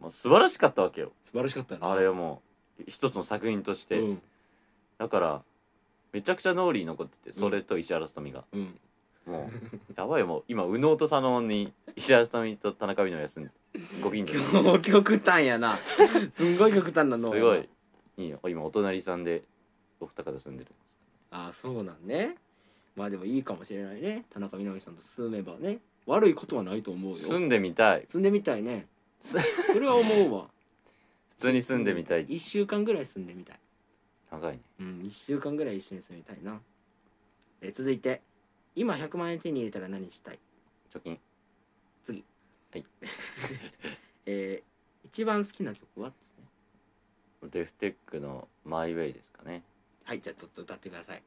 Speaker 2: もう素晴らしかったわけよ
Speaker 1: 素晴らしかったな
Speaker 2: あれはもう一つの作品として、
Speaker 1: うん
Speaker 2: だからめちゃくちゃ脳裏に残ってて
Speaker 1: うん
Speaker 2: それと石原さとみが、
Speaker 1: うん
Speaker 2: もうやばいよもう今右脳と左脳に石原さとみと田中みな実が住んでご近所に
Speaker 1: もう極端や なすんごい極端な
Speaker 2: す
Speaker 1: の
Speaker 2: ごいいいよ今お隣さんでお二方住んでる
Speaker 1: ああそうなんねまあでもいいかもしれないね田中みな実さんと住めばね悪いことはないと思うよ
Speaker 2: 住
Speaker 1: 住
Speaker 2: んでみたい
Speaker 1: んでみたいね
Speaker 2: す
Speaker 1: それは思うわ
Speaker 2: 普通に住んでみたい
Speaker 1: 1週間ぐらい住んでみたい
Speaker 2: 長いね
Speaker 1: うん1週間ぐらい一緒に住みたいなえ続いて今100万円手に入れたら何したい
Speaker 2: 貯金
Speaker 1: えー、一番好きな曲は
Speaker 2: デフテックの「マイウェイ」ですかね
Speaker 1: はいじゃあちょっと歌ってください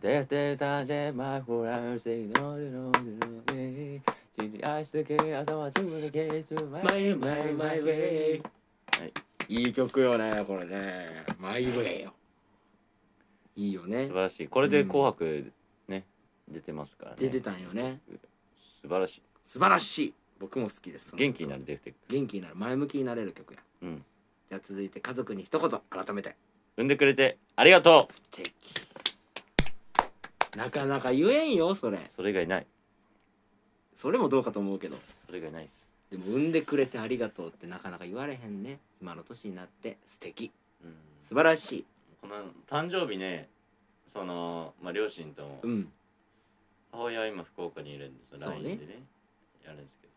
Speaker 2: デフテックさせまフランスのルノルノウェイ知り合いすぎ頭つぶれけつま
Speaker 1: マイマイマイウェイ
Speaker 2: はい
Speaker 1: いい曲よねこれねマイウェイよいいよね
Speaker 2: 素晴らしいこれで「紅白ね」出てますからね
Speaker 1: 出てたんよね
Speaker 2: 素晴らしい
Speaker 1: 素晴らしい僕も好きです
Speaker 2: 元気にな
Speaker 1: る
Speaker 2: るデフテック
Speaker 1: 元気になる前向きになれる曲や
Speaker 2: うん
Speaker 1: じゃあ続いて家族に一言改めて
Speaker 2: 産んでくれてありがと
Speaker 1: 素敵なかなか言えんよそれ
Speaker 2: うそれ以外ない
Speaker 1: それもどうかと思うけど
Speaker 2: それ以外ないです
Speaker 1: でも産んでくれてありがとうってなかなか言われへんね今の年になって素敵
Speaker 2: うん
Speaker 1: 素晴らしい
Speaker 2: この誕生日ねその、まあ、両親とも
Speaker 1: うん
Speaker 2: 母親は今福岡にいるんです
Speaker 1: そうね
Speaker 2: LINE でねやるんですけど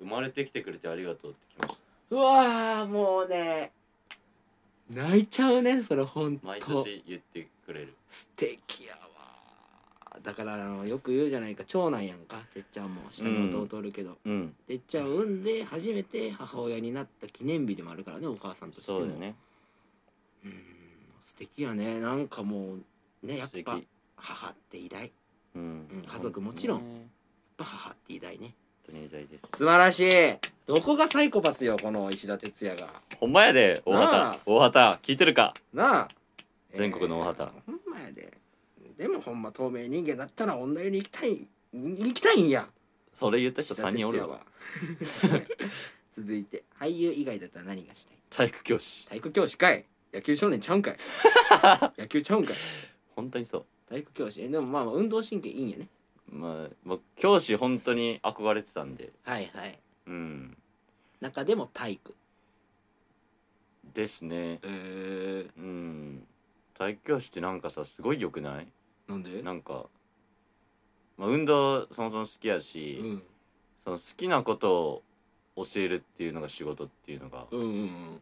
Speaker 2: 生まれてきてくれてありがとうって来まし
Speaker 1: うわーもうね泣いちゃうねそれほん
Speaker 2: た
Speaker 1: と
Speaker 2: 毎年言ってくれる
Speaker 1: 素敵やわだからあのよく言うじゃないか長男やんかてっちゃんも下に弟おるけど、
Speaker 2: うん
Speaker 1: てっちゃんを産んで初めて母親になった記念日でもあるからねお母さんとして
Speaker 2: そ
Speaker 1: も
Speaker 2: うだよね
Speaker 1: うん素敵やねなんかもうねやっ
Speaker 2: 素敵
Speaker 1: ぱ母って偉大やっ
Speaker 2: うん
Speaker 1: うん家族もちろん
Speaker 2: 本当にね
Speaker 1: ぱ母って偉大ね
Speaker 2: 本当に偉大です
Speaker 1: 素晴らしいどこがサイコパスよこの石田哲也が
Speaker 2: ほんまやで大
Speaker 1: なあ
Speaker 2: 畑大畑聞いてるか
Speaker 1: なあ
Speaker 2: 全国の大畑
Speaker 1: えーほんまやででもほんま透明人間だったら女湯に行きたい行きたいんや
Speaker 2: それ言った人3人おる
Speaker 1: 石
Speaker 2: わ
Speaker 1: 田哲也は 続いて俳優以外だったら何がした
Speaker 2: 体
Speaker 1: い
Speaker 2: 育教師
Speaker 1: 体育教師かい野球少年ちゃう んかい野球ちゃうんかい
Speaker 2: 本当にそう
Speaker 1: 体育教師えでもまあまあ運動神経いいんやね
Speaker 2: まあ僕教師本当に憧れてたんで
Speaker 1: はいはい
Speaker 2: うん
Speaker 1: 中でも体育
Speaker 2: ですね
Speaker 1: えー、
Speaker 2: うん体育教師ってなんかさすごい良くない
Speaker 1: なんで
Speaker 2: なんか、まあ、運動そもそも好きやし、
Speaker 1: うん
Speaker 2: その好きなことを教えるっていうのが仕事っていうのが
Speaker 1: うんうんうん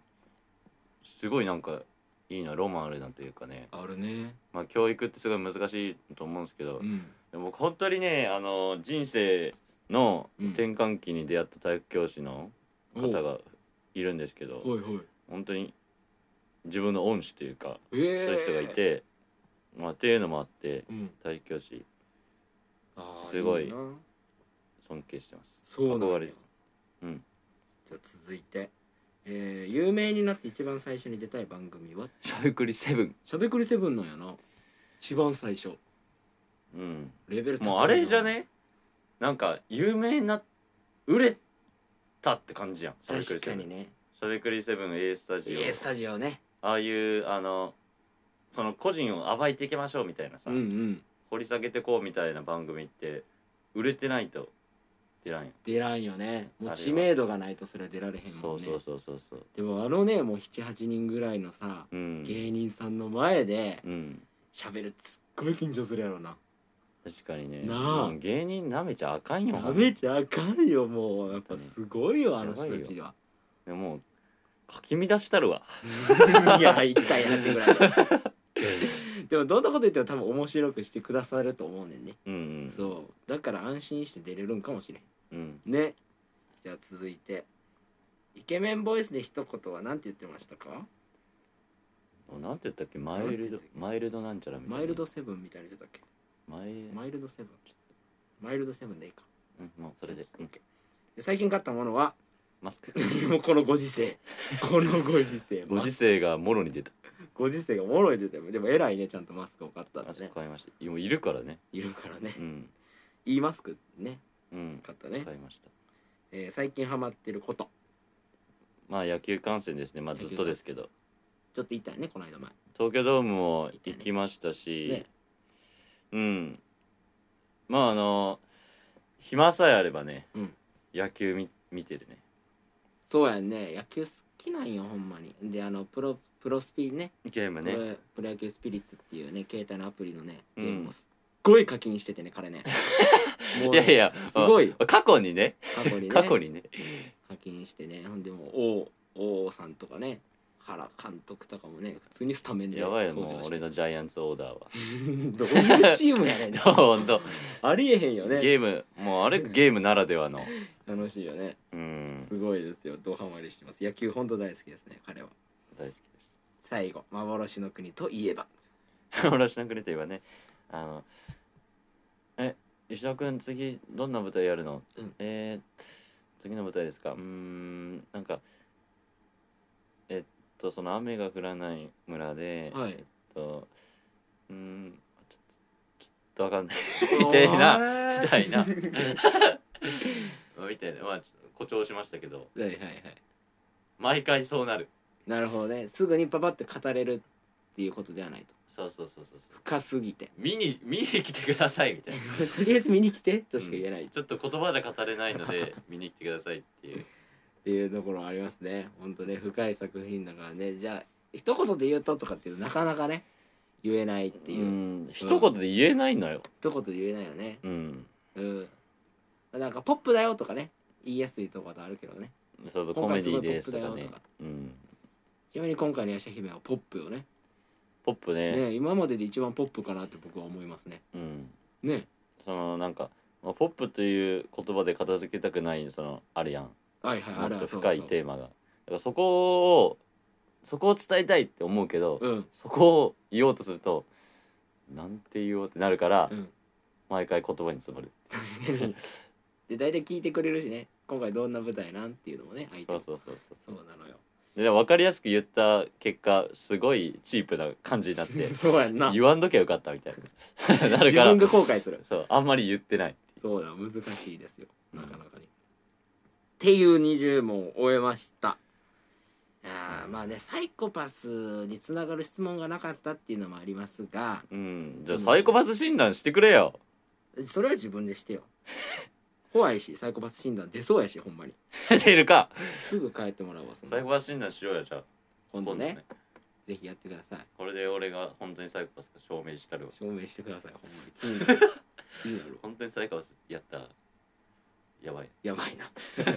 Speaker 2: すごいなんかいいなロマンあるなというかね、
Speaker 1: あるね
Speaker 2: まあ、教育ってすごい難しいと思うんですけど、
Speaker 1: うん
Speaker 2: でも僕本当にねあの人生の
Speaker 1: うん
Speaker 2: 転換期に出会った体育教師の方
Speaker 1: お
Speaker 2: がいるんですけど、
Speaker 1: はいはい
Speaker 2: 本当に自分の恩師というか、
Speaker 1: え
Speaker 2: そういう人がいて、まあ、っていうのもあって
Speaker 1: うん
Speaker 2: 体育教師
Speaker 1: あー
Speaker 2: すごい
Speaker 1: な
Speaker 2: 尊敬してます
Speaker 1: そうなん
Speaker 2: 憧
Speaker 1: だ
Speaker 2: れうん
Speaker 1: じゃあ続いて、えー有名になって一番最初に出たい番組は
Speaker 2: しゃべくりセブン
Speaker 1: しゃべくりセブンなんやな一番最初
Speaker 2: うん
Speaker 1: レベル高いな
Speaker 2: もうあれじゃねなんか有名な売れたって感じやんしゃべく
Speaker 1: 確
Speaker 2: りセ
Speaker 1: か
Speaker 2: ブ
Speaker 1: に
Speaker 2: ン
Speaker 1: ね
Speaker 2: しゃべくりセブン A スタジオ
Speaker 1: A スタジオね
Speaker 2: ああいうあのその個人を暴いていきましょうみたいなさ、
Speaker 1: うんうん
Speaker 2: 掘り下げてこうみたいな番組って売れてないと出らんやん
Speaker 1: 出らんよね
Speaker 2: あれ
Speaker 1: もう
Speaker 2: は
Speaker 1: 知名度がないとそれは出られへん
Speaker 2: そ
Speaker 1: もん
Speaker 2: う
Speaker 1: ね
Speaker 2: そうそうそうそう
Speaker 1: でもあのねもう78人ぐらいのさ
Speaker 2: うん、
Speaker 1: 芸人さんの前で
Speaker 2: うん、
Speaker 1: 喋るすっごい緊張するやろな
Speaker 2: 確かにね
Speaker 1: なあ
Speaker 2: もう芸人なめちゃあかんよ
Speaker 1: やめちゃあかんよもうやっぱすごいよあの人たちは
Speaker 2: でももうかき乱したるわ
Speaker 1: いや1対8ぐらい ででもどんなこと言っても多分面白くしてくださると思うねんね
Speaker 2: うんうん
Speaker 1: そうだから安心して出れるんかもしれ
Speaker 2: うん
Speaker 1: んねじゃあ続いてイケメンボイスで一言は何て言ってましたか
Speaker 2: もうなんて言ったっけマイルドマイルドなんちゃらみたいな
Speaker 1: マイルドセブンみたいに言ってたっけ
Speaker 2: マイ
Speaker 1: マイルドセブンマイルドセブンでいいか
Speaker 2: うんもうそれで、うん、
Speaker 1: で最近買ったものは
Speaker 2: マスク
Speaker 1: もうこのご時世このご時世
Speaker 2: ご時世がもろに出た
Speaker 1: ご時世がおもろいでてでも偉いねちゃんとマスクを買った
Speaker 2: マ
Speaker 1: ら
Speaker 2: スク
Speaker 1: ね
Speaker 2: 買いましたもういるからね
Speaker 1: いるからね
Speaker 2: うん
Speaker 1: いいマスクね
Speaker 2: うん
Speaker 1: 買ったね、
Speaker 2: 買いました
Speaker 1: えー最近ハマってること
Speaker 2: まあ野球観戦ですねまあずっとですけど
Speaker 1: ちょっと言ったよねこの間前
Speaker 2: 東京ドームも行きましたし、
Speaker 1: ね
Speaker 2: うんまああの暇さえあればね、
Speaker 1: うん
Speaker 2: 野球み見てるね
Speaker 1: そうやんね野球好きなんよほんまにであのプロプロスピね
Speaker 2: ゲームね
Speaker 1: プロプロ野球スピリッツっていうね携帯のアプリのね
Speaker 2: う
Speaker 1: ゲ
Speaker 2: ん
Speaker 1: ームもすっごい課金しててね彼ねも う
Speaker 2: いやいや
Speaker 1: すごい
Speaker 2: 過去にね
Speaker 1: 過去 にね
Speaker 2: 過去にね
Speaker 1: 課金してねほんでもう王王さんとかね原監督とかもね普通にスタメンで
Speaker 2: やばいよ
Speaker 1: 登
Speaker 2: も
Speaker 1: 場
Speaker 2: う
Speaker 1: し
Speaker 2: 俺
Speaker 1: て
Speaker 2: のジャイアンツオーダーは
Speaker 1: どういうチームや ねん
Speaker 2: ほんと
Speaker 1: ありえへんよね
Speaker 2: ゲームも うあれゲームならではの
Speaker 1: 楽しいよね
Speaker 2: うん
Speaker 1: すごいですよドハマりしてます野球ほんと大好きですね彼は
Speaker 2: 大好きです
Speaker 1: 最後幻の国といえば
Speaker 2: 俺しなくれといえばね あの「え石田君次どんな舞台やるの
Speaker 1: うん
Speaker 2: えー次の舞台ですかうーんなんかえっとその雨が降らない村で、
Speaker 1: はい
Speaker 2: えっとうーんちょちょちょっとわかんないみたいな
Speaker 1: な
Speaker 2: みたいなみたいな まあちょっと誇張しましたけど
Speaker 1: はいはいはい
Speaker 2: 毎回そうなる
Speaker 1: なるほどねすぐにパパって語れるっていうことではないと
Speaker 2: そうそうそうそうそう
Speaker 1: 深すぎて
Speaker 2: 見に見に来てくださいみたいな
Speaker 1: とりあえず見に来てとしか言えないっ
Speaker 2: ちょっと言葉じゃ語れないので見に来てくださいっていう
Speaker 1: ていうところありますね本当ね深い作品だからねじゃあ一言で言うととかっていうとなかなかね言えないっていう、
Speaker 2: ん一言で言えないのよ
Speaker 1: 一言で言えないよね
Speaker 2: うん
Speaker 1: うんなんかポップだよとかね言いやすいところあるけどね
Speaker 2: そのコメディですとかねうん
Speaker 1: ちなみに今回のヤシャ姫はポップよね
Speaker 2: ポップね
Speaker 1: ね今までで一番ポップかなって僕は思いますね
Speaker 2: うん
Speaker 1: ね
Speaker 2: そのなんか、まあ、ポップという言葉で片付けたくないそのあるやん
Speaker 1: はいはい
Speaker 2: も
Speaker 1: あ
Speaker 2: っ
Speaker 1: れ
Speaker 2: と
Speaker 1: はそう
Speaker 2: 深いテーマがだからそこをそこを伝えたいって思うけど、
Speaker 1: そううん
Speaker 2: そこを言おうとするとなんて言おうってなるから、
Speaker 1: うん
Speaker 2: 毎回言葉に詰まる
Speaker 1: 確かにで大体聞いてくれるしね今回どんな舞台なんっていうのもね相手
Speaker 2: そう
Speaker 1: も
Speaker 2: そうそうそう
Speaker 1: そうなのよ
Speaker 2: で分かりやすく言った結果すごいチープな感じになって
Speaker 1: そうやん な
Speaker 2: 言わんときゃよかったみたい ななる
Speaker 1: 自
Speaker 2: から
Speaker 1: 分が後悔する
Speaker 2: そうあんまり言ってない
Speaker 1: そうだ難しいですよ
Speaker 2: うん
Speaker 1: なかなかに、っていう20問を終えましたあーまあねサイコパスにつながる質問がなかったっていうのもありますが
Speaker 2: うんじゃあサイコパス診断してくれよ
Speaker 1: それは自分でしてよ 怖いしサイコパス診断出そうやしほんまに
Speaker 2: 出るか
Speaker 1: すぐ帰ってもらおうわそん
Speaker 2: サ
Speaker 1: な
Speaker 2: イコパス診断しようよじゃあ
Speaker 1: 今度ねぜひやってください
Speaker 2: これで俺が本当にサイコパスか証明したるわ
Speaker 1: 証明してくださいほんまに気になる 気になる
Speaker 2: 本当にサイコパスやったらやばい
Speaker 1: やばいな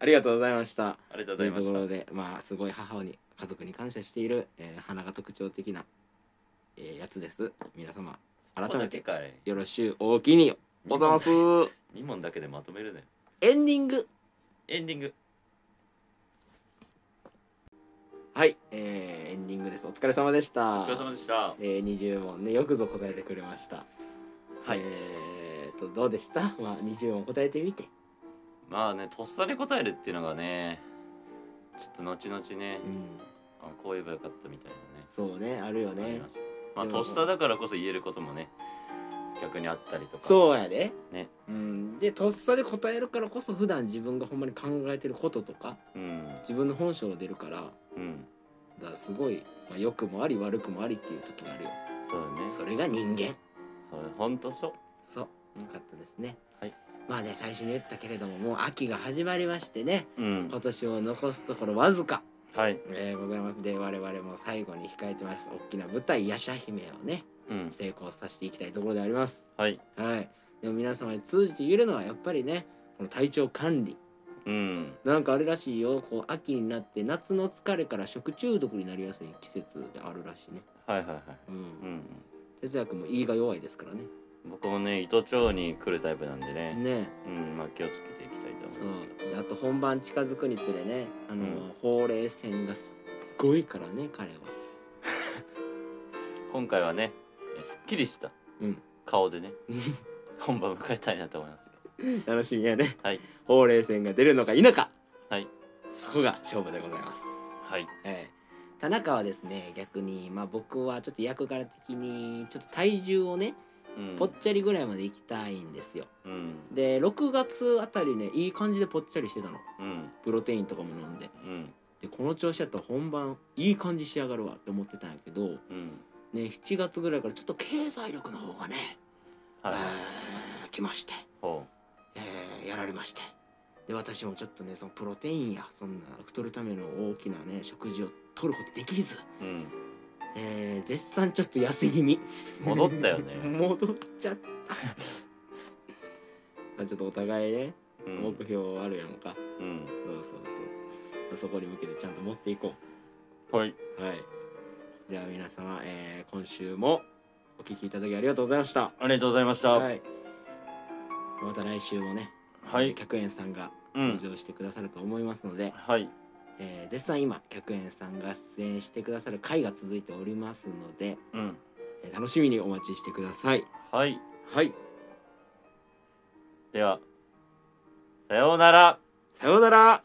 Speaker 1: ありがとうございました
Speaker 2: ありがとう
Speaker 1: と
Speaker 2: ござ
Speaker 1: い
Speaker 2: いうまし
Speaker 1: とこ
Speaker 2: た
Speaker 1: ろでまあすごい母に家族に感謝している、えー花が特徴的な、えーやつです皆様
Speaker 2: ここだけかい
Speaker 1: よろしゅうおおきにおざいます
Speaker 2: 2問だけでまとめるね
Speaker 1: エンディング
Speaker 2: エンディング
Speaker 1: はい、えーエンディングですお疲れ様でした
Speaker 2: お疲れ様でした
Speaker 1: えー、20問ねよくぞ答えてくれました
Speaker 2: はい
Speaker 1: えー、とどうでした、まあ、20問答えてみて
Speaker 2: まあねとっさに答えるっていうのがねちょっと後々ね、
Speaker 1: うん
Speaker 2: あこう言えばよかったみたいなね
Speaker 1: そうねあるよ
Speaker 2: あり
Speaker 1: ね
Speaker 2: ましたまあ
Speaker 1: で
Speaker 2: と
Speaker 1: も
Speaker 2: っさだからこそ言えることもね逆にあったりとか
Speaker 1: そうやで、
Speaker 2: ね
Speaker 1: うん、でとっさで答えるからこそ普段自分がほんまに考えてることとか
Speaker 2: うん
Speaker 1: 自分の本性が出るから
Speaker 2: うん
Speaker 1: だからすごい、まあ、良くもあり悪くもありっていう時があるよ
Speaker 2: そうだね
Speaker 1: それが人間
Speaker 2: そう本当そう
Speaker 1: そうよかったですね、
Speaker 2: はい、
Speaker 1: まあね最初に言ったけれどももう秋が始まりましてね
Speaker 2: うん
Speaker 1: 今年を残すところわずか、
Speaker 2: はい
Speaker 1: えーございますで我々も最後に控えてました大きな舞台「夜叉姫」をね
Speaker 2: うん
Speaker 1: 成功させていきたいところであります
Speaker 2: はい
Speaker 1: はいでも皆様に通じて言えるのはやっぱりねこの体調管理
Speaker 2: うん
Speaker 1: なんかあれらしいよこう秋になって夏の疲れから食中毒になりやすい季節であるらしいね
Speaker 2: はいはいはい
Speaker 1: うん、
Speaker 2: うん
Speaker 1: 哲也君も胃が弱いですからね
Speaker 2: 僕もね糸町に来るタイプなんでね
Speaker 1: ね
Speaker 2: うんまあ気をつけていきたいと思いますけど
Speaker 1: そうであと本番近づくにつれねあの、
Speaker 2: うん
Speaker 1: ほうれい線がすっごいからね彼は
Speaker 2: 今回はねえすっきりした
Speaker 1: うん
Speaker 2: 顔でね、本番迎えたいなと思いますけど
Speaker 1: 楽しみやね、
Speaker 2: はい、
Speaker 1: ほうれい線が出るのか否か
Speaker 2: はい
Speaker 1: そこが勝負でございます
Speaker 2: はい
Speaker 1: ええ田中はですね逆に、まあ、僕はちょっと役柄的にちょっと体重をね
Speaker 2: うん
Speaker 1: ぽっちゃりぐらいまで行きたいんですよ
Speaker 2: うん
Speaker 1: で6月あたりねいい感じでぽっちゃりしてたの
Speaker 2: うん
Speaker 1: プロテインとかも飲んで
Speaker 2: うん
Speaker 1: でこの調子やったら本番いい感じ仕上がるわって思ってたんやけど、ね、
Speaker 2: うん
Speaker 1: 7月ぐらいからちょっと経済力の方がね、
Speaker 2: はい
Speaker 1: えー来まして、
Speaker 2: ほ
Speaker 1: えーやられましてで私もちょっとねそのプロテインやそんな太るための大きなね食事を取ることできず、
Speaker 2: ううん
Speaker 1: えー絶賛ちょっと痩せ気味
Speaker 2: 戻ったよね
Speaker 1: 戻っちゃったまあ ちょっとお互いね
Speaker 2: うん
Speaker 1: 目標あるやんか、
Speaker 2: うん
Speaker 1: そうそうそうそこに向けてちゃんと持っていこ
Speaker 2: はい、
Speaker 1: うはいじゃあ皆様、えー今週もお聞きいただきありがとうございました
Speaker 2: ありがとうございました。
Speaker 1: は
Speaker 2: はい、
Speaker 1: いまた来週もね、えー客円さんが
Speaker 2: う
Speaker 1: 登
Speaker 2: ん、
Speaker 1: 場してくださると思いますので、
Speaker 2: はい、
Speaker 1: えー絶賛今客円さんが出演してくださる回が続いておりますので、
Speaker 2: うん、
Speaker 1: えー楽しみにお待ちしてください
Speaker 2: はい、
Speaker 1: はい
Speaker 2: では、さようなら。
Speaker 1: さようなら